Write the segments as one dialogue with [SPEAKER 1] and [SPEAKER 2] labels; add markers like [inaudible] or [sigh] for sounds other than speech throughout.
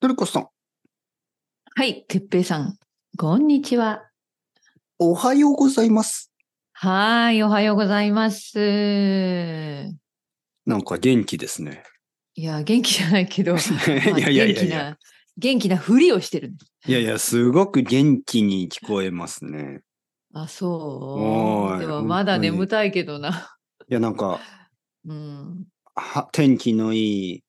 [SPEAKER 1] トルコさん、
[SPEAKER 2] はい、てっぺいさん、こんにちは。
[SPEAKER 1] おはようございます。
[SPEAKER 2] はーい、おはようございます。
[SPEAKER 1] なんか元気です
[SPEAKER 2] [laughs]
[SPEAKER 1] ね。
[SPEAKER 2] いや、元気じゃない
[SPEAKER 1] [laughs]
[SPEAKER 2] け
[SPEAKER 1] い
[SPEAKER 2] ど、
[SPEAKER 1] やいやいやいや
[SPEAKER 2] 元気な、元気なふりをしてるんです。
[SPEAKER 1] いやいや、すごく元気に聞こえますね。
[SPEAKER 2] あ、
[SPEAKER 1] お
[SPEAKER 2] そ。
[SPEAKER 1] ーいう
[SPEAKER 2] で
[SPEAKER 1] 本
[SPEAKER 2] は、
[SPEAKER 1] 当に
[SPEAKER 2] まだ眠たいけどな。
[SPEAKER 1] いや、なんか、
[SPEAKER 2] うん。
[SPEAKER 1] は天気のいい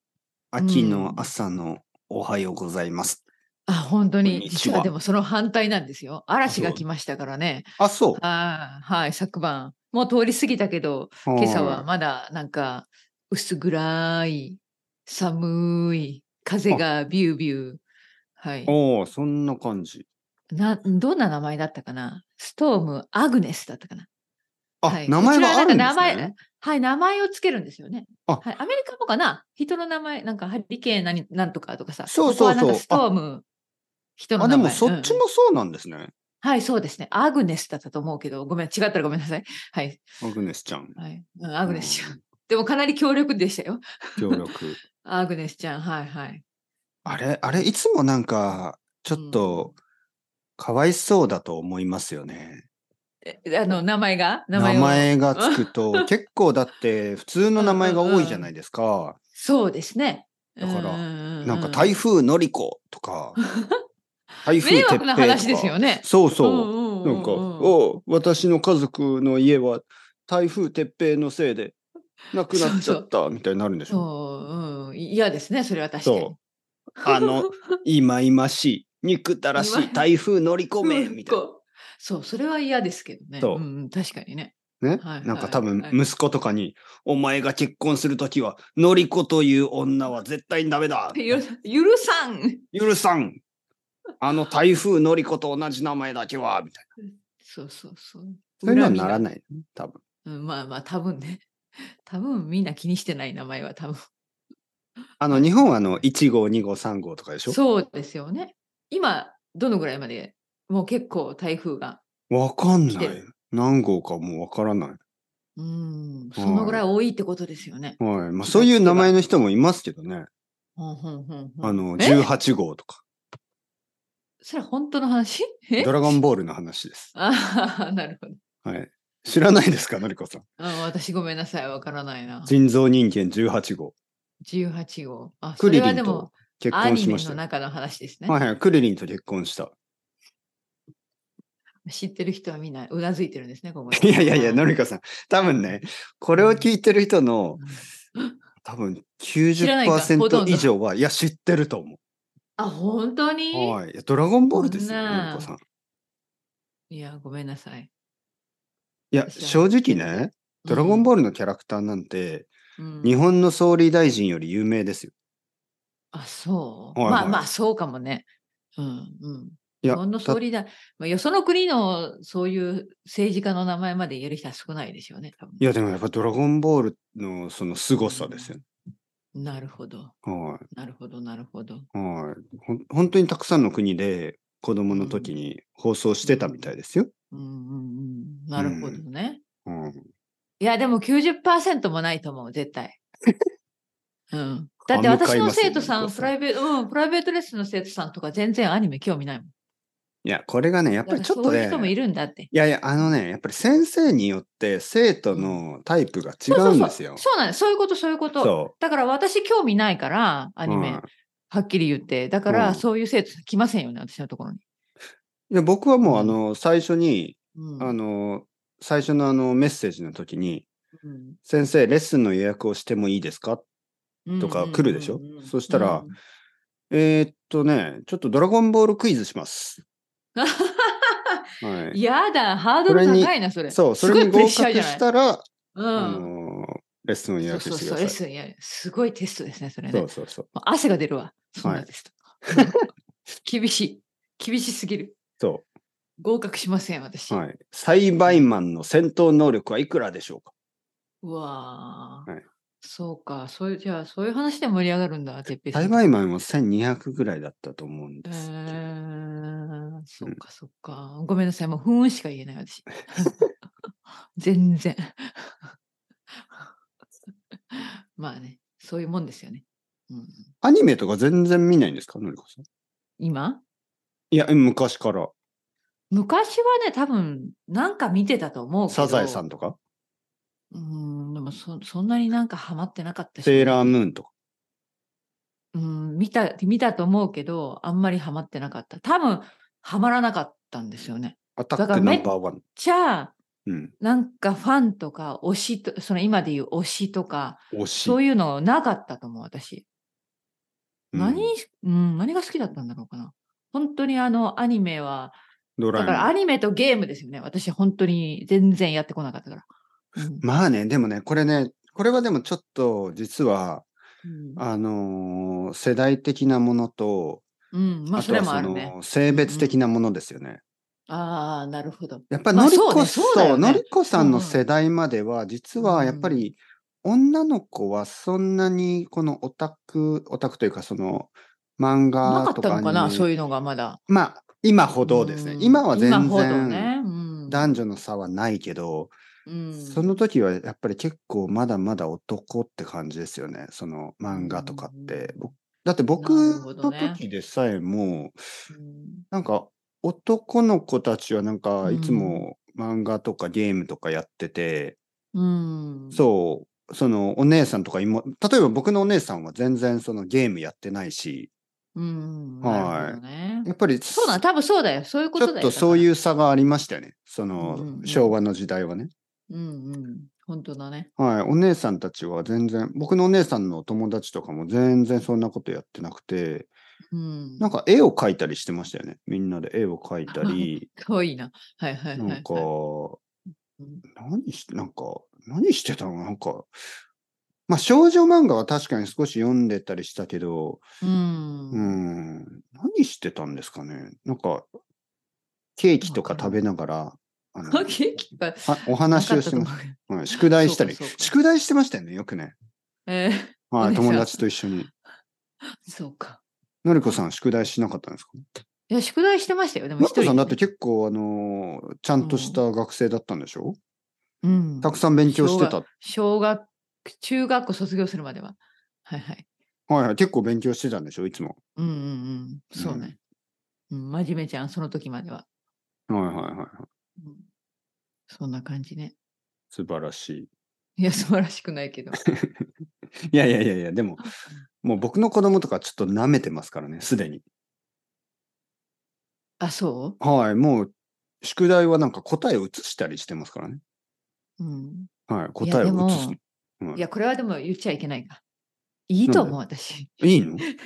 [SPEAKER 1] 秋の朝のおはようございます。
[SPEAKER 2] あ、本当
[SPEAKER 1] こん
[SPEAKER 2] に、
[SPEAKER 1] にち
[SPEAKER 2] 実
[SPEAKER 1] は
[SPEAKER 2] はでもその反対なんですよ。嵐が来ましたからね。
[SPEAKER 1] あ、そう。
[SPEAKER 2] あーはい、昨晩。もう通り過ぎたけど、今朝はまだなんか薄暗い、寒い、風がビュービュー。はい
[SPEAKER 1] い。。おーそんな感じ。
[SPEAKER 2] などんな名前だったかなストーム・アグネスだったかな
[SPEAKER 1] あ、
[SPEAKER 2] はい
[SPEAKER 1] 名前があるんで
[SPEAKER 2] こちらはなんか名
[SPEAKER 1] す
[SPEAKER 2] 前
[SPEAKER 1] ね。
[SPEAKER 2] はい、名前をつけるんですよね。
[SPEAKER 1] あ
[SPEAKER 2] はい、アメリカもかな人の名前、なんかハリケーン何なんとかとかさ。
[SPEAKER 1] そうそうそう
[SPEAKER 2] ここはなんかストーム、人の
[SPEAKER 1] あ、
[SPEAKER 2] 名
[SPEAKER 1] でも
[SPEAKER 2] 前。
[SPEAKER 1] そっち
[SPEAKER 2] うん
[SPEAKER 1] もそうなんですね。
[SPEAKER 2] はい、そうですね。アグネスだったと思うけど、ごめん、違ったらごめんなさい。 [laughs] はい、
[SPEAKER 1] アグネスちゃん。
[SPEAKER 2] はい。うんアグネスちゃん。でもかなり強力でしたよ。
[SPEAKER 1] うん。協力。
[SPEAKER 2] アグネスちゃん、はいはい。
[SPEAKER 1] あれ、あれ、いつもなんか、ちょっと、かわいそうだと思いますよね。
[SPEAKER 2] えあの、名前が
[SPEAKER 1] 名
[SPEAKER 2] を
[SPEAKER 1] 前がつく
[SPEAKER 2] [laughs]
[SPEAKER 1] と、結構だって、普通の名前が多いじゃないですか。
[SPEAKER 2] そうですね。
[SPEAKER 1] だからな
[SPEAKER 2] なん
[SPEAKER 1] か、台風のりことか、台風
[SPEAKER 2] 迷
[SPEAKER 1] てっぺい
[SPEAKER 2] 惑
[SPEAKER 1] と
[SPEAKER 2] な
[SPEAKER 1] か
[SPEAKER 2] 話ですよね。
[SPEAKER 1] そうそう。
[SPEAKER 2] う
[SPEAKER 1] なんか、
[SPEAKER 2] お
[SPEAKER 1] お私の家族の家は台風てっぺいのせいで、なくなっちゃった、みたいになるんでしょ。
[SPEAKER 2] そう、うん、嫌ですね、それは確かに
[SPEAKER 1] そ。あの、今々しい、憎たらしい台風乗り込め、みたいな。
[SPEAKER 2] こうそう、それは嫌ですけどね。
[SPEAKER 1] そうん
[SPEAKER 2] ん、確かに
[SPEAKER 1] [laughs]
[SPEAKER 2] ね。
[SPEAKER 1] ね、
[SPEAKER 2] はい
[SPEAKER 1] なんか
[SPEAKER 2] はい
[SPEAKER 1] 多分
[SPEAKER 2] はい
[SPEAKER 1] 息子とかに、お前が結婚するときは、のりこという女は絶対にダメだ
[SPEAKER 2] ゆるさん。
[SPEAKER 1] 許さんあの台風のりこと同じ名前だけはみたい
[SPEAKER 2] そうそうそう。
[SPEAKER 1] な。そういうのはなら
[SPEAKER 2] 恨みが
[SPEAKER 1] ない、ね、多分。
[SPEAKER 2] うん、まあまあ、多分ね。 [laughs] 多分みんな気にしてない名前は多分。
[SPEAKER 1] あの、日本はあの、1号、2号、3号とかでしょ
[SPEAKER 2] そうですよね。今、どのぐらいまでもう結構台風が。
[SPEAKER 1] わかん
[SPEAKER 2] 来
[SPEAKER 1] な
[SPEAKER 2] て
[SPEAKER 1] い
[SPEAKER 2] る。
[SPEAKER 1] 何号かもうわからない。
[SPEAKER 2] うん、そのぐらい多いってことですよね。
[SPEAKER 1] はい。まあ、そういう名前の人もいますけどね。
[SPEAKER 2] ほんほんほんほん
[SPEAKER 1] あの、
[SPEAKER 2] え
[SPEAKER 1] 18号とか。
[SPEAKER 2] それは本当の話え
[SPEAKER 1] ドラゴンボールの話です。
[SPEAKER 2] [laughs] ああ、なるほど。
[SPEAKER 1] はい。知らないですか、のりこさん。
[SPEAKER 2] あ私ごめんなさい、わからないな。
[SPEAKER 1] 人造人間18号。
[SPEAKER 2] 18号。あ、そ
[SPEAKER 1] ク
[SPEAKER 2] れ
[SPEAKER 1] リリ
[SPEAKER 2] は
[SPEAKER 1] ン
[SPEAKER 2] で
[SPEAKER 1] と
[SPEAKER 2] も
[SPEAKER 1] 結
[SPEAKER 2] ア
[SPEAKER 1] 婚
[SPEAKER 2] ニ
[SPEAKER 1] し
[SPEAKER 2] メ
[SPEAKER 1] まし
[SPEAKER 2] の
[SPEAKER 1] たよ。
[SPEAKER 2] 中の話ですね。
[SPEAKER 1] はいはい。クリリンと結婚した。
[SPEAKER 2] 知ってる人はみんなうなずいてるんですね、こ
[SPEAKER 1] [laughs]
[SPEAKER 2] こ
[SPEAKER 1] い
[SPEAKER 2] で
[SPEAKER 1] やいやいや、
[SPEAKER 2] うん
[SPEAKER 1] のりこさん。多分ね、これを聞いてる人の多分
[SPEAKER 2] らないかほと
[SPEAKER 1] 90%
[SPEAKER 2] んど
[SPEAKER 1] 以上は、いや、知ってると思
[SPEAKER 2] あ、本当
[SPEAKER 1] う。
[SPEAKER 2] に、
[SPEAKER 1] はいいや。ドラゴンボールですよ、
[SPEAKER 2] そんな
[SPEAKER 1] のりこさん。
[SPEAKER 2] い、や、ごめんなさい。
[SPEAKER 1] いや、
[SPEAKER 2] 知らない
[SPEAKER 1] 正直ね、ドラゴン
[SPEAKER 2] ー
[SPEAKER 1] ボールのキャラクターなんて、
[SPEAKER 2] ル、うん
[SPEAKER 1] 日本の総理大臣より有名ですよ。
[SPEAKER 2] あ、そう。
[SPEAKER 1] はいはい
[SPEAKER 2] まあまあ、そうかもね。うんうん。
[SPEAKER 1] い
[SPEAKER 2] 日
[SPEAKER 1] や、
[SPEAKER 2] 本の
[SPEAKER 1] だ
[SPEAKER 2] 総理だ。まあ、よその国のそういう政治家の名前まで言える人は少ないでしょうね、多分
[SPEAKER 1] いや、でもやっぱドラゴンボールのその凄さですよね。
[SPEAKER 2] なるほど。
[SPEAKER 1] は
[SPEAKER 2] なるほど、なるほど。
[SPEAKER 1] い。はい。ほん本当にたくさんの国で子供の時に放送してたみたいですよ。
[SPEAKER 2] うんうんうん。なるほどね。
[SPEAKER 1] うん。
[SPEAKER 2] いや、でも90%もないと思う、
[SPEAKER 1] [laughs]
[SPEAKER 2] 絶対。うん。だって
[SPEAKER 1] 歯向か
[SPEAKER 2] 私
[SPEAKER 1] い
[SPEAKER 2] の
[SPEAKER 1] ますよ
[SPEAKER 2] 生徒さ
[SPEAKER 1] なん
[SPEAKER 2] ん、
[SPEAKER 1] か
[SPEAKER 2] プライベート、うん、プライベートレッスンの生徒さんとか全然アニメ興味ないもん。
[SPEAKER 1] いや、これがね、やっぱ
[SPEAKER 2] だ
[SPEAKER 1] り
[SPEAKER 2] から
[SPEAKER 1] ちょっと
[SPEAKER 2] そういう
[SPEAKER 1] ね、
[SPEAKER 2] 人もいるんだって。
[SPEAKER 1] いやいや、あのね、やっぱり先生によって生徒のタイプが違うんですよ。
[SPEAKER 2] そうそうそうそうなんです。そういうこと、そういうこと。
[SPEAKER 1] そ
[SPEAKER 2] だから私興味ないから、ア
[SPEAKER 1] う。
[SPEAKER 2] ニメ。
[SPEAKER 1] うん
[SPEAKER 2] はっきり言って。だか
[SPEAKER 1] う
[SPEAKER 2] ら、
[SPEAKER 1] ん
[SPEAKER 2] そういう生徒さん来ませんよね、私のところに。
[SPEAKER 1] いや僕はもう、
[SPEAKER 2] うん
[SPEAKER 1] あの、最初に、
[SPEAKER 2] うん
[SPEAKER 1] あの、最初のあの、メッセージの時に、
[SPEAKER 2] うん
[SPEAKER 1] 先生、レッスンの予約をしてもいいですかとか来るでしょ
[SPEAKER 2] うんうんうん
[SPEAKER 1] そしたら
[SPEAKER 2] うん
[SPEAKER 1] えーっとね、ちょっとドラゴンボールクイズし
[SPEAKER 2] [laughs]
[SPEAKER 1] ます。はい。
[SPEAKER 2] やだ、ハードル
[SPEAKER 1] それに
[SPEAKER 2] 高いな、それ。
[SPEAKER 1] そう、それに
[SPEAKER 2] すごいプレ
[SPEAKER 1] 合
[SPEAKER 2] ッシャー
[SPEAKER 1] 格
[SPEAKER 2] じゃない
[SPEAKER 1] したら、
[SPEAKER 2] う
[SPEAKER 1] あ
[SPEAKER 2] ん。
[SPEAKER 1] のーレッスンを予
[SPEAKER 2] そ
[SPEAKER 1] 約
[SPEAKER 2] うそう
[SPEAKER 1] してく
[SPEAKER 2] そう、
[SPEAKER 1] だ
[SPEAKER 2] レッ
[SPEAKER 1] さい。
[SPEAKER 2] スンやるすごいテストですね、それね
[SPEAKER 1] そ。うそうそう。
[SPEAKER 2] もう汗が出るわ。そんなですと。 [laughs] 厳しい。厳しすぎる。
[SPEAKER 1] そ
[SPEAKER 2] 合格しません、私。
[SPEAKER 1] う。はい。栽培マンの戦闘能力はいくらでしょうか
[SPEAKER 2] うわー、
[SPEAKER 1] はい
[SPEAKER 2] そうか。そういう、じゃあ、そういう話で盛り上がるんだ、てっぺいさん
[SPEAKER 1] 栽培マンは1200ぐらいだったと思うん
[SPEAKER 2] え
[SPEAKER 1] ですけど。
[SPEAKER 2] ー、そっかそっか。ごめんなさい。もう、ふーんしか言えない、
[SPEAKER 1] [laughs]
[SPEAKER 2] 私。全然。 [laughs] まあね、そういうもんですよね。うん
[SPEAKER 1] アニメとか全然見ないんですかのりこさん。
[SPEAKER 2] 今
[SPEAKER 1] いや、昔から。
[SPEAKER 2] 昔はね、多分、なんか見てたと思うけど。
[SPEAKER 1] サザエさんとか、
[SPEAKER 2] うーん、でもそ、そんなになんかハマってなかったし。
[SPEAKER 1] セーラームーンとか。
[SPEAKER 2] うん、見た、見たと思うけど、あんまりハマってなかった。多分、ハマらなかったんですよね。
[SPEAKER 1] アタ
[SPEAKER 2] だ
[SPEAKER 1] ッ
[SPEAKER 2] か
[SPEAKER 1] ク
[SPEAKER 2] ら
[SPEAKER 1] ナ
[SPEAKER 2] め
[SPEAKER 1] ンバーワン。
[SPEAKER 2] じゃあ、
[SPEAKER 1] うん。
[SPEAKER 2] なんかファンとか推しと、その今で言う推しとか、
[SPEAKER 1] 推し。
[SPEAKER 2] そういうのなかったと思う、私。
[SPEAKER 1] うん
[SPEAKER 2] 何、うん、何が好きだったんだろうかな。本当にあの、アニメは、
[SPEAKER 1] ドラ
[SPEAKER 2] だ
[SPEAKER 1] え
[SPEAKER 2] から
[SPEAKER 1] も
[SPEAKER 2] ア
[SPEAKER 1] ん。
[SPEAKER 2] ニメとゲームですよね。私、本当に全然やってこなかったから。
[SPEAKER 1] [laughs]
[SPEAKER 2] うん
[SPEAKER 1] まあね、でもね、これね、これはでもちょっと実は、
[SPEAKER 2] うん
[SPEAKER 1] あのー世代的なものと、
[SPEAKER 2] うん、ま
[SPEAKER 1] あ
[SPEAKER 2] あ、そ
[SPEAKER 1] と
[SPEAKER 2] れ
[SPEAKER 1] は
[SPEAKER 2] もあ
[SPEAKER 1] そ
[SPEAKER 2] るね。
[SPEAKER 1] の性別的なものですよね。
[SPEAKER 2] ああ、なるほど。
[SPEAKER 1] やっぱり
[SPEAKER 2] まあ
[SPEAKER 1] のりこ、
[SPEAKER 2] そうねそうだよね
[SPEAKER 1] のりこさんの
[SPEAKER 2] うんうん
[SPEAKER 1] 世代までは、実はやっぱり女の子はそんなにこのオタク、オタクというかその漫
[SPEAKER 2] なか
[SPEAKER 1] 画
[SPEAKER 2] っ
[SPEAKER 1] と
[SPEAKER 2] た
[SPEAKER 1] か
[SPEAKER 2] の
[SPEAKER 1] に
[SPEAKER 2] かな、そういうのがまだ。
[SPEAKER 1] まあ今ほどですね。
[SPEAKER 2] うん
[SPEAKER 1] 今は全
[SPEAKER 2] 今ほど
[SPEAKER 1] 然
[SPEAKER 2] ね。うん
[SPEAKER 1] 男女の差はないけど、
[SPEAKER 2] うん
[SPEAKER 1] その時はやっぱり結構まだまだ男って感じですよね。その漫画とかって。
[SPEAKER 2] うん
[SPEAKER 1] だって僕
[SPEAKER 2] なるほど
[SPEAKER 1] の
[SPEAKER 2] ね
[SPEAKER 1] 時でさえも、
[SPEAKER 2] うん
[SPEAKER 1] なんか男の子たちはなんか
[SPEAKER 2] うん
[SPEAKER 1] いつも漫画とかゲームとかやってて、
[SPEAKER 2] うん。
[SPEAKER 1] そう、そのお姉さんとか今、例えば僕のお姉さんは全然そのゲームやってないし、
[SPEAKER 2] うん。
[SPEAKER 1] はい
[SPEAKER 2] なるほどね
[SPEAKER 1] やっぱり
[SPEAKER 2] そうだ、多分そうだよ。そういうこ
[SPEAKER 1] ちょ
[SPEAKER 2] と
[SPEAKER 1] っ
[SPEAKER 2] だよ。。
[SPEAKER 1] とそういうう差がありましたよね。そ
[SPEAKER 2] うんうん
[SPEAKER 1] の
[SPEAKER 2] うん
[SPEAKER 1] 昭和の時代はね。
[SPEAKER 2] うんうん。本当だね。
[SPEAKER 1] はい、お姉さんたちは全然、僕のお姉さんのお友達とかも全然そんなことやってなくて、
[SPEAKER 2] うん。
[SPEAKER 1] なんか絵を描いたりしてましたよね。みんなで絵を描いた
[SPEAKER 2] [laughs]
[SPEAKER 1] り、
[SPEAKER 2] かわいいな。はいはいはい、はい。
[SPEAKER 1] なんか、
[SPEAKER 2] うん
[SPEAKER 1] 何し、なんか、何してたのなんか、まあ少女漫画は確かに少し読んでたりしたけど、
[SPEAKER 2] うん。
[SPEAKER 1] うー
[SPEAKER 2] [laughs]
[SPEAKER 1] ん、何してたんですかねなんか、ケーキとか食べながら、あの
[SPEAKER 2] ケーキが
[SPEAKER 1] はお話をしてま
[SPEAKER 2] なか
[SPEAKER 1] す
[SPEAKER 2] ったと思うけど
[SPEAKER 1] うん宿題したり
[SPEAKER 2] そうかそう、か
[SPEAKER 1] 宿題してましたよね、よくね。
[SPEAKER 2] えお
[SPEAKER 1] は
[SPEAKER 2] 姉
[SPEAKER 1] い、
[SPEAKER 2] さん
[SPEAKER 1] 友達と一緒に。
[SPEAKER 2] ー [laughs] そうか。
[SPEAKER 1] のりこさん、宿題しなかったんですか
[SPEAKER 2] いや、宿題してましたよ。でも
[SPEAKER 1] の
[SPEAKER 2] 一
[SPEAKER 1] りこ
[SPEAKER 2] 人で
[SPEAKER 1] さん、だ
[SPEAKER 2] ね
[SPEAKER 1] って結構、あのーちゃんとした学生だったんでしょ、
[SPEAKER 2] うん
[SPEAKER 1] たくさん勉強してた。は
[SPEAKER 2] 小学、中学校卒業するまでは。はいはい。
[SPEAKER 1] いはい、結構勉強してたんでしょいつも。
[SPEAKER 2] うんうんうん。そうね。うん、真面目ちゃん、その時までは。
[SPEAKER 1] はいはいはいはい。
[SPEAKER 2] うんそんな感じね。
[SPEAKER 1] 素晴らしい。
[SPEAKER 2] いや、素晴らしくない
[SPEAKER 1] [laughs]
[SPEAKER 2] けど。
[SPEAKER 1] いやいやいやいや、でも、もう僕の子供とかちょっと舐めてますからね、すでに。
[SPEAKER 2] あ、そ
[SPEAKER 1] はい、もう、宿題はなんか答えを移したりしてますからね。
[SPEAKER 2] ううん。
[SPEAKER 1] はい、
[SPEAKER 2] い
[SPEAKER 1] 答
[SPEAKER 2] や
[SPEAKER 1] え
[SPEAKER 2] で
[SPEAKER 1] を
[SPEAKER 2] も
[SPEAKER 1] 移すの。うん
[SPEAKER 2] いや、これはでも言っちゃいけないか。いいと思う、
[SPEAKER 1] な
[SPEAKER 2] 私。
[SPEAKER 1] いいのい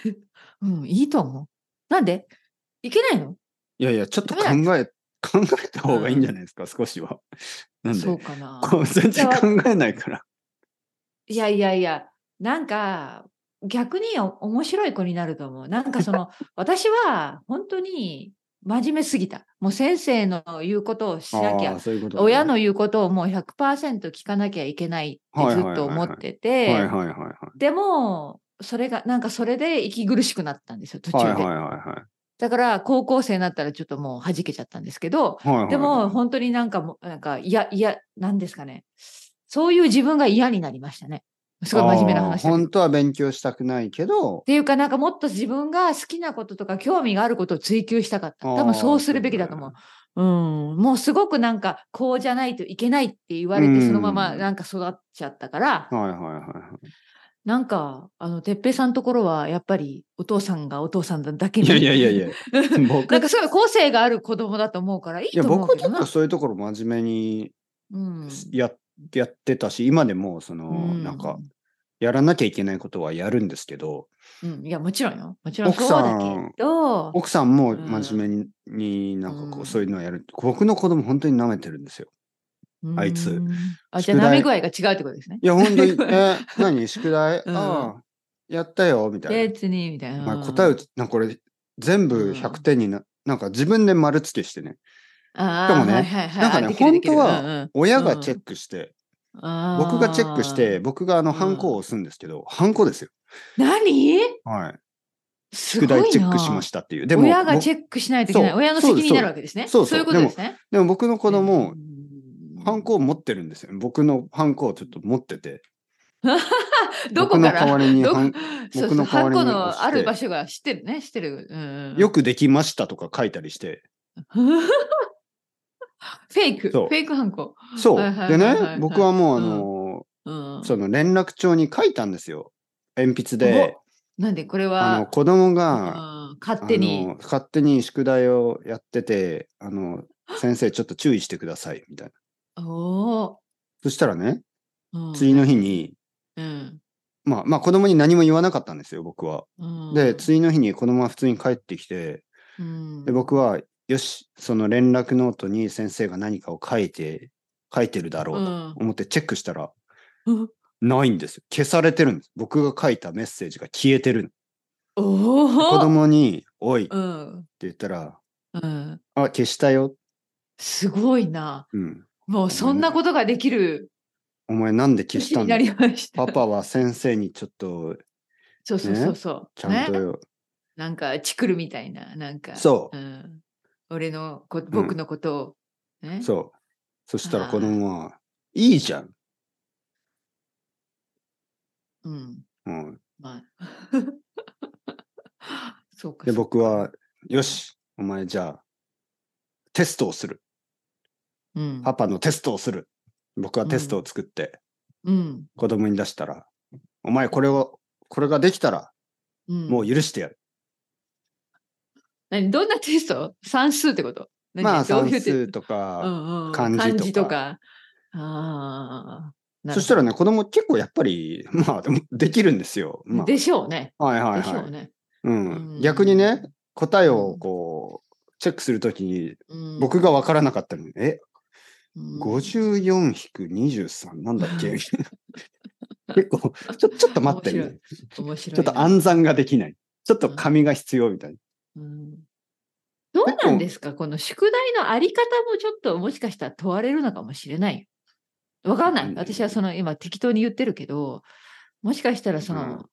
[SPEAKER 2] うん、いいと思う。なんでいけないの
[SPEAKER 1] やいや、ちょっと考
[SPEAKER 2] ダメ
[SPEAKER 1] え、考えた方がいいんじゃないですか、少しは。なん
[SPEAKER 2] そ
[SPEAKER 1] で
[SPEAKER 2] う、かな。
[SPEAKER 1] こう全然
[SPEAKER 2] いや
[SPEAKER 1] 考えないから。
[SPEAKER 2] いやいやいや、なんか逆にお面白い子になると思う。なんか
[SPEAKER 1] [laughs]
[SPEAKER 2] その私は本当に真面目すぎた。もう先生の言うことをし
[SPEAKER 1] あ
[SPEAKER 2] なき
[SPEAKER 1] ー
[SPEAKER 2] ゃ、
[SPEAKER 1] そういうことだね
[SPEAKER 2] 親の言うことをもう100%聞かなきゃいけないってずっと思っ
[SPEAKER 1] はい
[SPEAKER 2] て
[SPEAKER 1] はい
[SPEAKER 2] て、
[SPEAKER 1] はいはいはい。
[SPEAKER 2] でもそれがなんかそれで息苦しくなったんですよ、途中
[SPEAKER 1] はい
[SPEAKER 2] で。
[SPEAKER 1] はいはいは
[SPEAKER 2] だから高校生になったらちょっともう弾けちゃったんですけど、
[SPEAKER 1] いはいはい。
[SPEAKER 2] でも、本当になんかもう、なんか、いや、いや、なんですかね。そういう自分が嫌になりましたね。すごい真面目な話
[SPEAKER 1] あー
[SPEAKER 2] だけど。っ
[SPEAKER 1] 本当は勉強したくないけど、
[SPEAKER 2] ていうか、なんかもっと自分が好きなこととか興味があることを追求したかった。多
[SPEAKER 1] あー
[SPEAKER 2] 分そうするべきだと思う。うん、もうすごくなんかこうじゃないといけないって言われ
[SPEAKER 1] う
[SPEAKER 2] て
[SPEAKER 1] ん
[SPEAKER 2] そのままなんか育っちゃったから、
[SPEAKER 1] はいはいはいはい。
[SPEAKER 2] なんかあの哲平さんのところはやっぱりお父さんがお父さんだけに
[SPEAKER 1] いやいやいやいや僕
[SPEAKER 2] [laughs] なんかすごい個性がある子供だと思うからいい
[SPEAKER 1] いや
[SPEAKER 2] と思う
[SPEAKER 1] 僕
[SPEAKER 2] け
[SPEAKER 1] ちょ
[SPEAKER 2] ど
[SPEAKER 1] っ
[SPEAKER 2] な
[SPEAKER 1] とそういうところ真面目に
[SPEAKER 2] うん
[SPEAKER 1] や,、やってたし今でもその、
[SPEAKER 2] うん
[SPEAKER 1] なんかやらなきゃいけないことはやるんですけど
[SPEAKER 2] うん、いや、もちろんよ。もちろん
[SPEAKER 1] 奥
[SPEAKER 2] そ
[SPEAKER 1] さ
[SPEAKER 2] うんだけど、
[SPEAKER 1] 奥さんも
[SPEAKER 2] うん
[SPEAKER 1] 真面目に,、なんかこ
[SPEAKER 2] う
[SPEAKER 1] うんそういうのをやる、僕の子供本当に舐めてるんですよ
[SPEAKER 2] うん
[SPEAKER 1] あいつ。
[SPEAKER 2] あ、じゃ
[SPEAKER 1] 宿
[SPEAKER 2] あ、舐
[SPEAKER 1] 題
[SPEAKER 2] め具合が違うってことですね。
[SPEAKER 1] いや本当
[SPEAKER 2] [laughs]
[SPEAKER 1] にえ何宿題、
[SPEAKER 2] うん
[SPEAKER 1] ああやったよみたい
[SPEAKER 2] 別に、みたい
[SPEAKER 1] な、
[SPEAKER 2] な。
[SPEAKER 1] まあ、答えをなんかこれ全部100点にな,、なんか自分で丸付けしてね
[SPEAKER 2] あ
[SPEAKER 1] しかも
[SPEAKER 2] ー
[SPEAKER 1] ね
[SPEAKER 2] はいはいはい
[SPEAKER 1] なんかね
[SPEAKER 2] あできるできる
[SPEAKER 1] 本当は
[SPEAKER 2] うんうん
[SPEAKER 1] 親がチェックして、
[SPEAKER 2] あー
[SPEAKER 1] 僕がチェックして僕があのハンコを押すんですけど、ハンコですよ
[SPEAKER 2] 何
[SPEAKER 1] はい
[SPEAKER 2] すご
[SPEAKER 1] 宿
[SPEAKER 2] いな
[SPEAKER 1] 題チェックしましたっていうで
[SPEAKER 2] 親が
[SPEAKER 1] 僕
[SPEAKER 2] チェックしないといけない。
[SPEAKER 1] そう
[SPEAKER 2] 親の責任になるわけですね。
[SPEAKER 1] そ
[SPEAKER 2] そうう
[SPEAKER 1] そう
[SPEAKER 2] いうことですね。
[SPEAKER 1] でも僕の子供、
[SPEAKER 2] うん
[SPEAKER 1] ハンコを持ってるんですよ。僕のハンコをちょっと持ってて。
[SPEAKER 2] ど
[SPEAKER 1] 僕
[SPEAKER 2] こか
[SPEAKER 1] の代
[SPEAKER 2] ら
[SPEAKER 1] わりに
[SPEAKER 2] どこ
[SPEAKER 1] はん僕
[SPEAKER 2] そうそう、
[SPEAKER 1] の代
[SPEAKER 2] ハ
[SPEAKER 1] わ
[SPEAKER 2] ン
[SPEAKER 1] りに
[SPEAKER 2] コ
[SPEAKER 1] 押して
[SPEAKER 2] のある場所が知ってるね、知ってる。うんうん、
[SPEAKER 1] よくできましたとか書いたりして。
[SPEAKER 2] [laughs] フェイク、フ
[SPEAKER 1] そう
[SPEAKER 2] ェイクハンコ。
[SPEAKER 1] そう。
[SPEAKER 2] はいはい
[SPEAKER 1] で
[SPEAKER 2] はいはいは
[SPEAKER 1] ね
[SPEAKER 2] い、
[SPEAKER 1] 僕はもうあの
[SPEAKER 2] うん
[SPEAKER 1] ー、その連絡帳に書いたんですよ。鉛筆で。
[SPEAKER 2] なんでこれ
[SPEAKER 1] あの
[SPEAKER 2] は、
[SPEAKER 1] 子供が、
[SPEAKER 2] うん勝手に
[SPEAKER 1] あ。の勝手に宿題をやってて、あの、先生ちょっと注意してください、みたいな。
[SPEAKER 2] お
[SPEAKER 1] そしたらね、
[SPEAKER 2] お。
[SPEAKER 1] 次の日に、
[SPEAKER 2] うん。
[SPEAKER 1] まあ、まあ子供に何も言わなかったんですよ、僕は。
[SPEAKER 2] うん
[SPEAKER 1] で、、次の日に子供は普通に帰ってきて、
[SPEAKER 2] うん
[SPEAKER 1] で、僕は、よし、その連絡ノートに先生が何かを書いて、書いてるだろうと思ってチェックしたら、
[SPEAKER 2] うん
[SPEAKER 1] ないんですよ。消されてるんです。僕が書いたメッセージが消えてるの。
[SPEAKER 2] おー
[SPEAKER 1] 子供に、おいって
[SPEAKER 2] うん。
[SPEAKER 1] 言ったら、
[SPEAKER 2] うん。
[SPEAKER 1] あ、消したよ。
[SPEAKER 2] すごいな。
[SPEAKER 1] うん。
[SPEAKER 2] もうそんなことができる
[SPEAKER 1] お前なんで消し
[SPEAKER 2] 年
[SPEAKER 1] た
[SPEAKER 2] に
[SPEAKER 1] ん
[SPEAKER 2] な
[SPEAKER 1] だ
[SPEAKER 2] りました。
[SPEAKER 1] パパは先生にちょっと、
[SPEAKER 2] そうそうそうそう。
[SPEAKER 1] ちゃんと
[SPEAKER 2] ね、
[SPEAKER 1] よ、
[SPEAKER 2] なんか、チクるみたいな、なんか。
[SPEAKER 1] そう
[SPEAKER 2] うん。俺のこ、僕のことを。ね、
[SPEAKER 1] そう。そしたら
[SPEAKER 2] あー
[SPEAKER 1] 子供は、いいじゃん。
[SPEAKER 2] う。うん。
[SPEAKER 1] うん、
[SPEAKER 2] まあ。 [laughs] そうか。
[SPEAKER 1] で、
[SPEAKER 2] そうか
[SPEAKER 1] 僕は、、よし、お前じゃあ、テストをする。
[SPEAKER 2] うん。
[SPEAKER 1] パパのテストをする。僕はテストを作って、
[SPEAKER 2] うん。
[SPEAKER 1] 子供に出したら、お前これを、これができたら、
[SPEAKER 2] うん、
[SPEAKER 1] もう許してやる。
[SPEAKER 2] 何どんなテスト算数ってこと何
[SPEAKER 1] まあ、
[SPEAKER 2] どう
[SPEAKER 1] 算
[SPEAKER 2] いうテス
[SPEAKER 1] 数
[SPEAKER 2] ト
[SPEAKER 1] と
[SPEAKER 2] う
[SPEAKER 1] か、
[SPEAKER 2] んうん
[SPEAKER 1] 漢字とか
[SPEAKER 2] 漢字とか。ああ。
[SPEAKER 1] そした
[SPEAKER 2] ら、
[SPEAKER 1] らね、子供結構やっぱり、まあ、でもできるんですよ。ま
[SPEAKER 2] でしょうね。
[SPEAKER 1] あ、はいはい
[SPEAKER 2] でしょ
[SPEAKER 1] は
[SPEAKER 2] う
[SPEAKER 1] い。
[SPEAKER 2] ね。
[SPEAKER 1] うん
[SPEAKER 2] うん
[SPEAKER 1] 逆にね、答えをこう、チェックするときに、
[SPEAKER 2] うん
[SPEAKER 1] 僕が分からなかったのに、え、
[SPEAKER 2] うん
[SPEAKER 1] 54-23なんだっ
[SPEAKER 2] [laughs]
[SPEAKER 1] け結構ちょ、ちょっと待ってみたいな
[SPEAKER 2] 面面
[SPEAKER 1] ち
[SPEAKER 2] 白い
[SPEAKER 1] ょ
[SPEAKER 2] な。
[SPEAKER 1] っと暗算ができない。ちょっと紙が必要みたいな。
[SPEAKER 2] うんどうなんですかこの宿題のあり方もちょっともしかしたら問われるのかもしれないよ。わかんな
[SPEAKER 1] う
[SPEAKER 2] い。
[SPEAKER 1] ん
[SPEAKER 2] 私はその今適当に言ってるけど、もしかしたらその、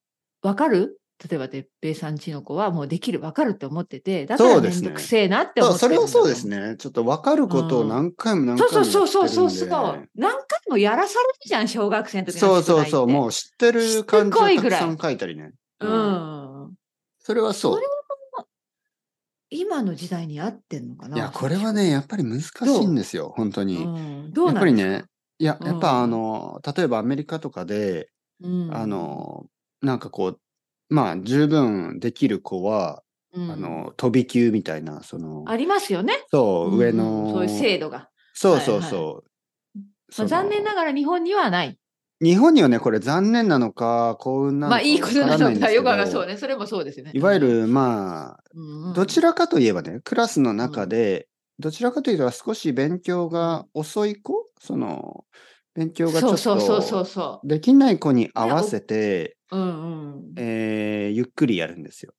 [SPEAKER 2] わかる例えば、哲平さんちの子はもうできる、わかるって思ってて、だか
[SPEAKER 1] そ
[SPEAKER 2] ら
[SPEAKER 1] う
[SPEAKER 2] め
[SPEAKER 1] です
[SPEAKER 2] ん
[SPEAKER 1] ね
[SPEAKER 2] どくせえなって
[SPEAKER 1] た
[SPEAKER 2] 思
[SPEAKER 1] だ
[SPEAKER 2] って
[SPEAKER 1] それ
[SPEAKER 2] るん
[SPEAKER 1] は
[SPEAKER 2] だ
[SPEAKER 1] そう
[SPEAKER 2] と
[SPEAKER 1] ですね。ちょっと分かることを何回も何
[SPEAKER 2] そう
[SPEAKER 1] 回も
[SPEAKER 2] そ
[SPEAKER 1] や
[SPEAKER 2] う
[SPEAKER 1] ってる
[SPEAKER 2] そ
[SPEAKER 1] ん
[SPEAKER 2] う
[SPEAKER 1] で。
[SPEAKER 2] そうそうそう。何回もやらされるじゃん、小学生の時の宿題
[SPEAKER 1] そう
[SPEAKER 2] って。
[SPEAKER 1] そうそう。もう知ってる感じを
[SPEAKER 2] しつこい
[SPEAKER 1] た
[SPEAKER 2] ぐ
[SPEAKER 1] く
[SPEAKER 2] らい
[SPEAKER 1] さん書いたりね。
[SPEAKER 2] う。ん。
[SPEAKER 1] それはそ
[SPEAKER 2] そうれ。今の時代に合ってんのかな。
[SPEAKER 1] いや、これはね、やっぱり難しいんですよ。本当
[SPEAKER 2] う
[SPEAKER 1] に。
[SPEAKER 2] ん、どう
[SPEAKER 1] やっ
[SPEAKER 2] な
[SPEAKER 1] ぱ
[SPEAKER 2] ん
[SPEAKER 1] り
[SPEAKER 2] です
[SPEAKER 1] ね
[SPEAKER 2] か、、
[SPEAKER 1] いや、
[SPEAKER 2] うん
[SPEAKER 1] やっぱあの、例えばアメリカとかで、
[SPEAKER 2] うん
[SPEAKER 1] あ、の、なんかこう、まあ、十分できる子は、
[SPEAKER 2] うん
[SPEAKER 1] あの、飛び級みたいな、その、
[SPEAKER 2] ありますよね。
[SPEAKER 1] そう、上
[SPEAKER 2] うんう
[SPEAKER 1] の、
[SPEAKER 2] んそういう制度が。
[SPEAKER 1] そうそうそう。
[SPEAKER 2] まあ、残念な
[SPEAKER 1] が
[SPEAKER 2] がら日本にはない。
[SPEAKER 1] ら。日本にはね、これ残念なのか、幸運なのか。
[SPEAKER 2] まあいいことな
[SPEAKER 1] わからい
[SPEAKER 2] の
[SPEAKER 1] んです
[SPEAKER 2] か、
[SPEAKER 1] け
[SPEAKER 2] よ
[SPEAKER 1] ど
[SPEAKER 2] くわかるそうね。それもそうですよね。
[SPEAKER 1] いわゆる、ま
[SPEAKER 2] うん、
[SPEAKER 1] あ、どち
[SPEAKER 2] ら
[SPEAKER 1] らかといえばね、クラスの中で、どちらかというと少し勉強が遅い子その、勉強がちょ
[SPEAKER 2] そう
[SPEAKER 1] っ
[SPEAKER 2] そうそうそ
[SPEAKER 1] と、
[SPEAKER 2] うそ
[SPEAKER 1] できない子に合わせて、
[SPEAKER 2] う。うんうん。
[SPEAKER 1] えーゆっくりやるんですよ。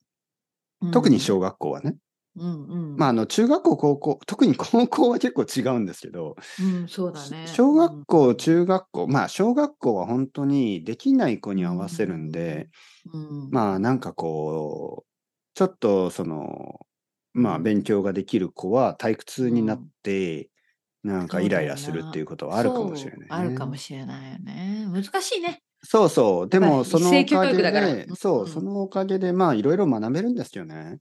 [SPEAKER 1] 特に小学校はね。
[SPEAKER 2] うんうん。
[SPEAKER 1] まあ、あの、中学校、高校、特に高校は結構違うんですけど、
[SPEAKER 2] うん、そうだね。
[SPEAKER 1] 小学校、中学校、まあ、小学校は本当にできない子に合わせるんで、
[SPEAKER 2] うん、あ、
[SPEAKER 1] まあ、なんかこう、ちょっと、その、まあ、勉強ができる子は退屈になって、なんかイライラするっていうことはあるかもしれない、ね
[SPEAKER 2] そうあるかもしれないよね。難しいね。
[SPEAKER 1] そうそう。で
[SPEAKER 2] やっ
[SPEAKER 1] も、
[SPEAKER 2] ぱり
[SPEAKER 1] その
[SPEAKER 2] 一
[SPEAKER 1] お
[SPEAKER 2] 斉教
[SPEAKER 1] か
[SPEAKER 2] 育
[SPEAKER 1] げ
[SPEAKER 2] だから
[SPEAKER 1] で
[SPEAKER 2] う、ん
[SPEAKER 1] そうう、
[SPEAKER 2] ん
[SPEAKER 1] そのおかげで、まあ、いろいろ学べるんですよね。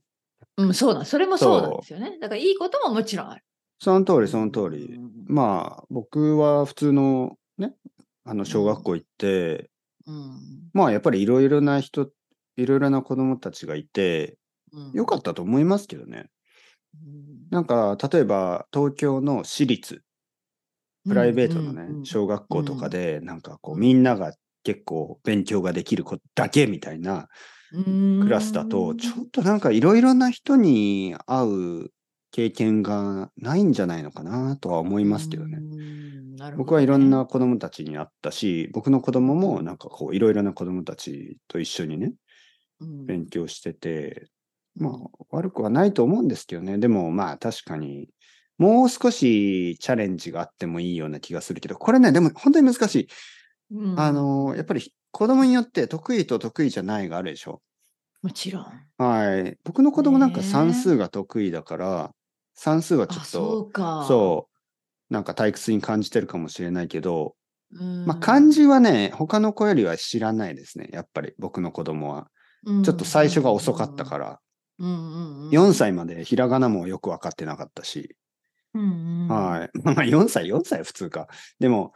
[SPEAKER 2] うん、そうなん。それもそうなん
[SPEAKER 1] そう
[SPEAKER 2] ですよね。だからいいことももちろんある。
[SPEAKER 1] その通り、その通り。
[SPEAKER 2] うん
[SPEAKER 1] まあ、僕は普通のね、あの、小学校行って、
[SPEAKER 2] うん。
[SPEAKER 1] まあ、やっぱりいろいろな人、いろいろな子供たちがいて、
[SPEAKER 2] うん
[SPEAKER 1] よかったと思いますけどね。
[SPEAKER 2] うん
[SPEAKER 1] なんか、例えば、東京の私立、プライベートのね、
[SPEAKER 2] うんうん
[SPEAKER 1] 小学校とかで、なんかこう、
[SPEAKER 2] うん
[SPEAKER 1] みんなが結構勉強ができる子だけみたいなク
[SPEAKER 2] ク
[SPEAKER 1] ラスだと、ちょっとなんかいろいろな人に会う経験がないんじゃないのかなとは思いますけどね。
[SPEAKER 2] うん。なるほどね
[SPEAKER 1] 僕はいろんな。子供たちに会ったし、僕の子供もなんかこういろいろな子供たちと一緒にね、
[SPEAKER 2] うん
[SPEAKER 1] 勉強してて、まあ悪くはないと思うんですけどね。でもまあ確かに、もう少しチャレンジがあってもいいような気がするけど、これね、でも本当に難しい。
[SPEAKER 2] うん
[SPEAKER 1] あの、やっぱり子供によって得意と得意じゃないがあるでしょ。
[SPEAKER 2] もちろん。
[SPEAKER 1] はい。僕の子供なんか
[SPEAKER 2] ねえ
[SPEAKER 1] 算数が得意だから、算数はちょ
[SPEAKER 2] あ、
[SPEAKER 1] っ
[SPEAKER 2] そ
[SPEAKER 1] と、
[SPEAKER 2] うか。
[SPEAKER 1] そう、なんか退屈に感じてるかもしれないけど、まあ、漢
[SPEAKER 2] ち
[SPEAKER 1] 字はね、他の子よりは知らないですね。やっぱり僕の子供は。
[SPEAKER 2] ょ
[SPEAKER 1] ちょっと最初が遅かったから、
[SPEAKER 2] ら、うんうん
[SPEAKER 1] 4歳までひらがなもよく分かってなかったし、
[SPEAKER 2] うんうん、
[SPEAKER 1] はい。 [laughs] まあ4歳、4歳普通か。でも、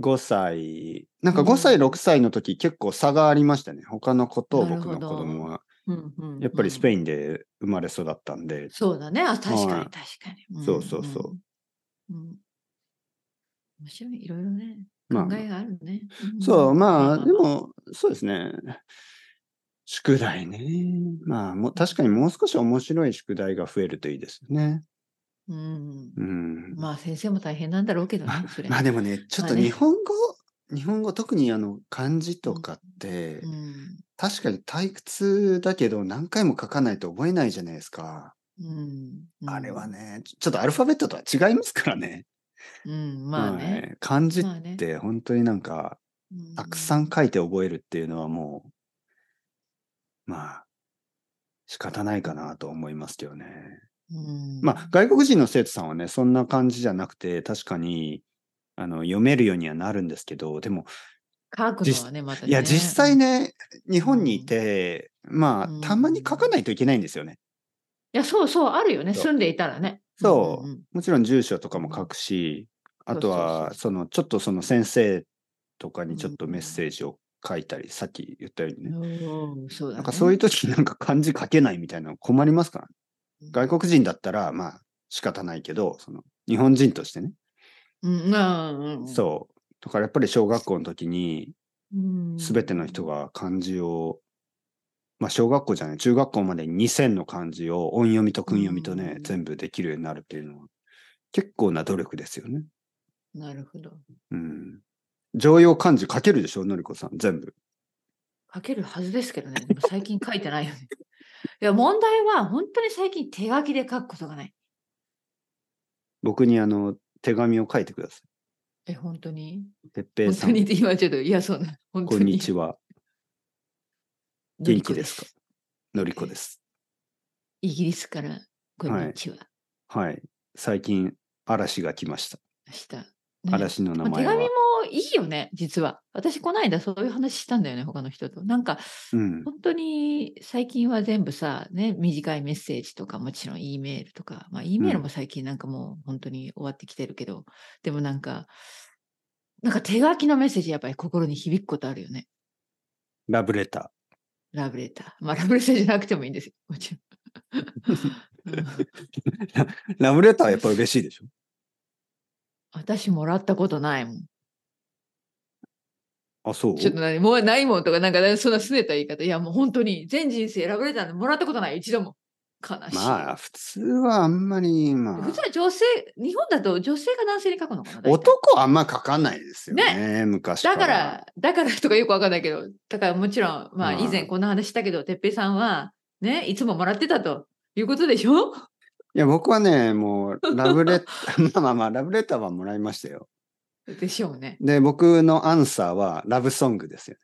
[SPEAKER 1] 5歳、なんか
[SPEAKER 2] うん
[SPEAKER 1] 5歳、6歳の時結構差がありましたね。他の子と
[SPEAKER 2] なる
[SPEAKER 1] 僕
[SPEAKER 2] ほど
[SPEAKER 1] の子供は。
[SPEAKER 2] うんうんうん
[SPEAKER 1] やっぱりスペインで生まれ育ったんで、
[SPEAKER 2] そうだね。あ確かに、
[SPEAKER 1] はい
[SPEAKER 2] 確かに。ん
[SPEAKER 1] そうそうそ
[SPEAKER 2] うん。うん面白い。いろいろね。
[SPEAKER 1] まあ
[SPEAKER 2] 考えがあるね。ん
[SPEAKER 1] そう、まあ、で、
[SPEAKER 2] ま
[SPEAKER 1] も、そうですね。宿題ね。まあ、もう確かにもう少し面白い宿題が増えるといいですよね。
[SPEAKER 2] うん。
[SPEAKER 1] うん。
[SPEAKER 2] まあ、先生も大変なんだろうけどね、それ。
[SPEAKER 1] まあでもね、ちょっと
[SPEAKER 2] まあね
[SPEAKER 1] 日本語、日本語特にあの漢字とかって、
[SPEAKER 2] うん
[SPEAKER 1] 確かに退屈だけど何回も書かないと覚えないじゃないですか。
[SPEAKER 2] うん。うん
[SPEAKER 1] あれは。ね、ちょちょっとアルファベットとは違いますからね。
[SPEAKER 2] うん、まあ
[SPEAKER 1] は
[SPEAKER 2] ね。
[SPEAKER 1] い漢字っ
[SPEAKER 2] まあね。
[SPEAKER 1] て本当になんか、
[SPEAKER 2] うん
[SPEAKER 1] たくさん書いて覚えるっていうのはもう、まあ、仕方ないかなと思いますけどね。
[SPEAKER 2] うん
[SPEAKER 1] まあ、外国人の生徒さんはね、そんな感じじゃなくて、確かに、あの、読めるようにはなるんですけど、でも、
[SPEAKER 2] 書くのはね、またね。
[SPEAKER 1] いや、実際。ね、日本にいて、ま
[SPEAKER 2] うん
[SPEAKER 1] あ、たまに書かないといけないんですよね。
[SPEAKER 2] いや、そうそう、あるよね。
[SPEAKER 1] そう
[SPEAKER 2] 住んでいたらね。
[SPEAKER 1] そ
[SPEAKER 2] んんん
[SPEAKER 1] もちろん住所とかも書くし、あとは、その、ちょっとその先生とかにちょっとメッセージを書いたり、さっき言ったようにね、
[SPEAKER 2] うんそうだね。
[SPEAKER 1] なんかそういう時なんか漢字書けないみたいなの困りますから、ね、外国人だったらまあ仕方ないけど、その日本人としてね、
[SPEAKER 2] うんうんうんうん、
[SPEAKER 1] そう。だからやっぱり小学校の時に
[SPEAKER 2] うん。
[SPEAKER 1] すべての人が漢字を、まあ小学校じゃない、中学校までに2000の漢字を音読みと訓読みとね、
[SPEAKER 2] うん
[SPEAKER 1] 全部できるようになるっていうのは結構な努力ですよね。
[SPEAKER 2] なるほど。
[SPEAKER 1] うん。常用漢字書けるでしょ、のりこさん、全部。
[SPEAKER 2] 書けるはずですけどね。でも最近書いてないよね。 [laughs] いや、問題は本当に最近手書きで書くことがない。
[SPEAKER 1] 僕にあの、手紙を書いてくださ
[SPEAKER 2] え、本当に
[SPEAKER 1] い。てっぺい
[SPEAKER 2] 本
[SPEAKER 1] さ
[SPEAKER 2] 当
[SPEAKER 1] ん、
[SPEAKER 2] にって今ちょっと、いや、そうな。本当
[SPEAKER 1] こ
[SPEAKER 2] に。
[SPEAKER 1] んにち
[SPEAKER 2] は。
[SPEAKER 1] は。元気ですかのりこです。
[SPEAKER 2] イギリスから、こんにちは。
[SPEAKER 1] はい。最近、嵐が来ました。
[SPEAKER 2] した
[SPEAKER 1] 嵐の名
[SPEAKER 2] まあ
[SPEAKER 1] 前
[SPEAKER 2] 手
[SPEAKER 1] は。
[SPEAKER 2] 紙もいいよね、実は。私、こないだそういう話したんだよね、他の人と。なんか、
[SPEAKER 1] うん。
[SPEAKER 2] 本当に最近は全部さ、ね、短いメッセージとか、もちろん E メールとか、まあ、E メールも最近なんかもう本当に終わってきてるけど、でもなんか、なんか手書きのメッセージやっぱり心に響くことあるよね。
[SPEAKER 1] ラブレタ
[SPEAKER 2] ラブレター。まあ、ラブレターじゃなくてもいいんですよ。もちろ [laughs] ん。うん
[SPEAKER 1] ー。ラブレターはやっぱり嬉しいでしょ
[SPEAKER 2] 私もらったことないもん。
[SPEAKER 1] あ、そう
[SPEAKER 2] ちょっと何もうないもんとか、なんかそんな拗ねた言い方。いや、もう本当に全人生ラブレターでもらったことない、一度も。悲しい。
[SPEAKER 1] まあ、普通はあんまり、ま
[SPEAKER 2] 普
[SPEAKER 1] あ
[SPEAKER 2] 通、は女性、日本だと女性が男性に書くのかな大体
[SPEAKER 1] 男はあんま書かないですよね、昔から。
[SPEAKER 2] だから、だからとかよくわかんないけど、だからもちろん、まあ
[SPEAKER 1] はい
[SPEAKER 2] 以前こんな話したけど、てっぺいさんは、ね、いつももらってたということでしょ [laughs]
[SPEAKER 1] いや、僕はね、もう、ラブレター、ま
[SPEAKER 2] [laughs]
[SPEAKER 1] あまあまあ、ラブレターはもらいましたよ。
[SPEAKER 2] でしょうね。
[SPEAKER 1] で、僕のアンサーは、ラブソングですよ、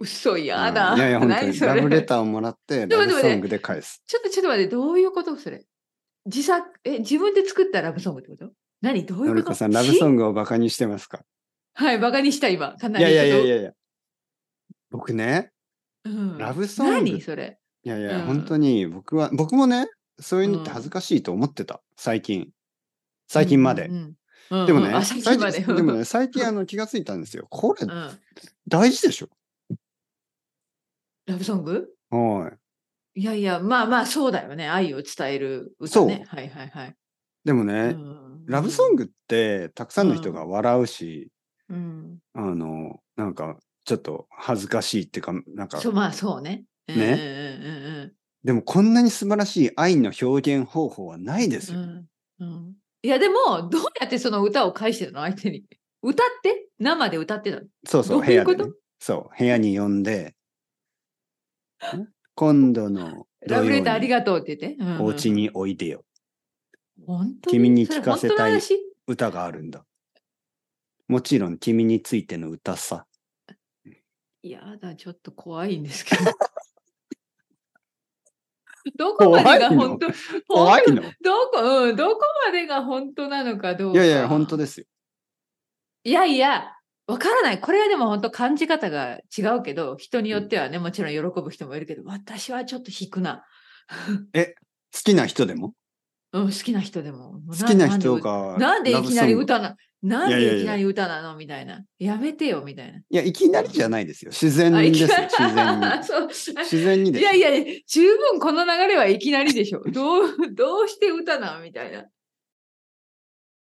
[SPEAKER 2] 嘘
[SPEAKER 1] ね。
[SPEAKER 2] やだ。
[SPEAKER 1] うんいやいや、本当
[SPEAKER 2] 何
[SPEAKER 1] に。
[SPEAKER 2] それ
[SPEAKER 1] ラブレターをもらって、
[SPEAKER 2] で
[SPEAKER 1] ラ
[SPEAKER 2] も
[SPEAKER 1] ブ
[SPEAKER 2] でもね
[SPEAKER 1] ソングで返す。
[SPEAKER 2] ちょっとちょっと待って、どういうことそれ。自作、え、自分で作ったラブソングってこと何どうい
[SPEAKER 1] の
[SPEAKER 2] う
[SPEAKER 1] り
[SPEAKER 2] こ
[SPEAKER 1] ことさん、ラブソ
[SPEAKER 2] グ。
[SPEAKER 1] ングをバカにしてますか
[SPEAKER 2] はい、バカにした今。かない
[SPEAKER 1] や
[SPEAKER 2] り
[SPEAKER 1] いやいやい
[SPEAKER 2] ちょっ
[SPEAKER 1] やいや。僕ね、
[SPEAKER 2] とうん
[SPEAKER 1] ラブソング
[SPEAKER 2] 何それ。
[SPEAKER 1] いやいや、
[SPEAKER 2] うん
[SPEAKER 1] 本当に僕は、僕もね、そういうのって恥ずかしいと思ってた、最近。最近まで。
[SPEAKER 2] うんうんうん
[SPEAKER 1] でもね、
[SPEAKER 2] うんあ最近まで。
[SPEAKER 1] 最近でもね、最近あの気がついたんですよ。これ
[SPEAKER 2] [laughs] う、ん
[SPEAKER 1] 大事でしょ。
[SPEAKER 2] ラブソング
[SPEAKER 1] はい。
[SPEAKER 2] いやいや、まあまあ、そうだよね。愛を伝える歌ね。はいはいはい。
[SPEAKER 1] でもね、
[SPEAKER 2] うん
[SPEAKER 1] ラブソングって、たくさんの人が笑うし、
[SPEAKER 2] うん、
[SPEAKER 1] あの、なんか、ちょっと恥ずかしいっていうか、なんか
[SPEAKER 2] そ、うまあそうね。うん
[SPEAKER 1] ね
[SPEAKER 2] うんうんうん
[SPEAKER 1] でもこんなに素晴らしい愛の表現方法はないです
[SPEAKER 2] う
[SPEAKER 1] よ。
[SPEAKER 2] んうんいやでもどうやってその歌を返してるの相手に歌って生で歌ってたの
[SPEAKER 1] そうそう、
[SPEAKER 2] ど
[SPEAKER 1] 部
[SPEAKER 2] ういう
[SPEAKER 1] 屋
[SPEAKER 2] こ
[SPEAKER 1] で、
[SPEAKER 2] と
[SPEAKER 1] ね。そう、部屋に呼ん
[SPEAKER 2] [laughs]
[SPEAKER 1] で、ね今度の土
[SPEAKER 2] ラブ
[SPEAKER 1] 曜
[SPEAKER 2] レターあり
[SPEAKER 1] に
[SPEAKER 2] がとうって言って、うんうん
[SPEAKER 1] お家においでよ。
[SPEAKER 2] 本当
[SPEAKER 1] 君に聞かせたい
[SPEAKER 2] それ本当の話
[SPEAKER 1] 歌があるんだ。もちろん君についての歌さ。
[SPEAKER 2] いやだちょっと怖いんですけど
[SPEAKER 1] [laughs]
[SPEAKER 2] どこまでが本当
[SPEAKER 1] 怖い
[SPEAKER 2] 本
[SPEAKER 1] のい
[SPEAKER 2] 当どこ、うん、どこまでが本当なのかどうか
[SPEAKER 1] やいや、本当ですよ。
[SPEAKER 2] いやいや、わからない。これはでも本当感じ方が違うけど、人によってはね、もちろん喜ぶ人もいるけど、私はちょっと引くな。
[SPEAKER 1] 好きな人でも
[SPEAKER 2] うん、好きな人でも。もう
[SPEAKER 1] 好
[SPEAKER 2] な
[SPEAKER 1] きな人。
[SPEAKER 2] な
[SPEAKER 1] が。
[SPEAKER 2] んなんでいきなり
[SPEAKER 1] う
[SPEAKER 2] 歌な、なん
[SPEAKER 1] いやいやい
[SPEAKER 2] で
[SPEAKER 1] や
[SPEAKER 2] いきなり歌なのみたいな。やめてよ、みたいな。
[SPEAKER 1] いや、いきなりじゃないですよ。自然
[SPEAKER 2] あ、
[SPEAKER 1] で
[SPEAKER 2] い
[SPEAKER 1] す
[SPEAKER 2] き
[SPEAKER 1] よ。
[SPEAKER 2] なり
[SPEAKER 1] 自然に。。
[SPEAKER 2] [laughs] そう
[SPEAKER 1] 自然にで
[SPEAKER 2] い
[SPEAKER 1] すよ。
[SPEAKER 2] やいや、十分この流れはいきなりでしょ。どう、どうして歌なのみたいな。